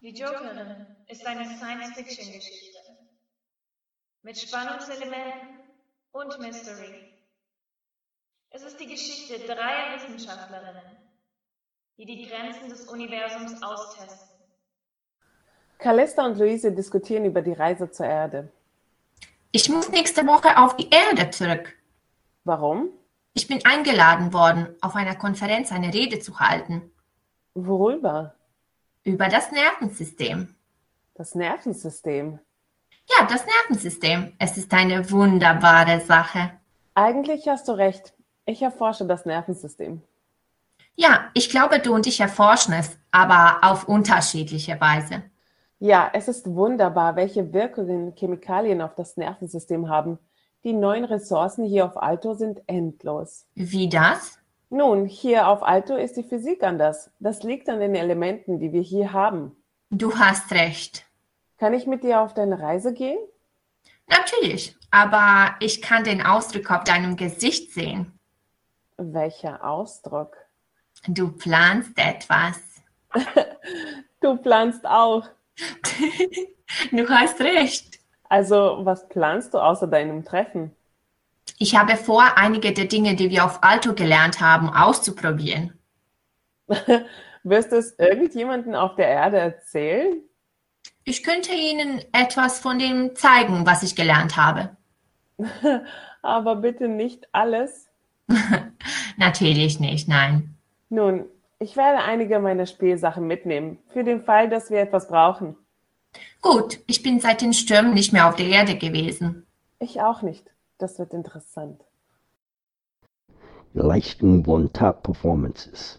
Die Jokerin ist eine Science-Fiction-Geschichte mit Spannungselementen und Mystery. Es ist die Geschichte dreier Wissenschaftlerinnen, die die Grenzen des Universums austesten. Calista und Luise diskutieren über die Reise zur Erde. Ich muss nächste Woche auf die Erde zurück. Warum? Ich bin eingeladen worden, auf einer Konferenz eine Rede zu halten Worüber? über das Nervensystem. Das Nervensystem. Ja, das Nervensystem. Es ist eine wunderbare Sache. Eigentlich hast du recht. Ich erforsche das Nervensystem. Ja, ich glaube, du und ich erforschen es, aber auf unterschiedliche Weise. Ja, es ist wunderbar, welche Wirkungen Chemikalien auf das Nervensystem haben. Die neuen Ressourcen hier auf Alto sind endlos. Wie das? Nun, hier auf Alto ist die Physik anders. Das liegt an den Elementen, die wir hier haben. Du hast recht. Kann ich mit dir auf deine Reise gehen? Natürlich, aber ich kann den Ausdruck auf deinem Gesicht sehen. Welcher Ausdruck. Du planst etwas. Du planst auch. Du hast recht. Also, was planst du außer deinem Treffen? Ich habe vor, einige der Dinge, die wir auf Alto gelernt haben, auszuprobieren. Wirst du es irgendjemanden auf der Erde erzählen? Ich könnte Ihnen etwas von dem zeigen, was ich gelernt habe. Aber bitte nicht alles. Natürlich nicht, nein. Nun, ich werde einige meiner Spielsachen mitnehmen, für den Fall, dass wir etwas brauchen. Gut, ich bin seit den Stürmen nicht mehr auf der Erde gewesen. Ich auch nicht. Das wird interessant. You're liking one top performances.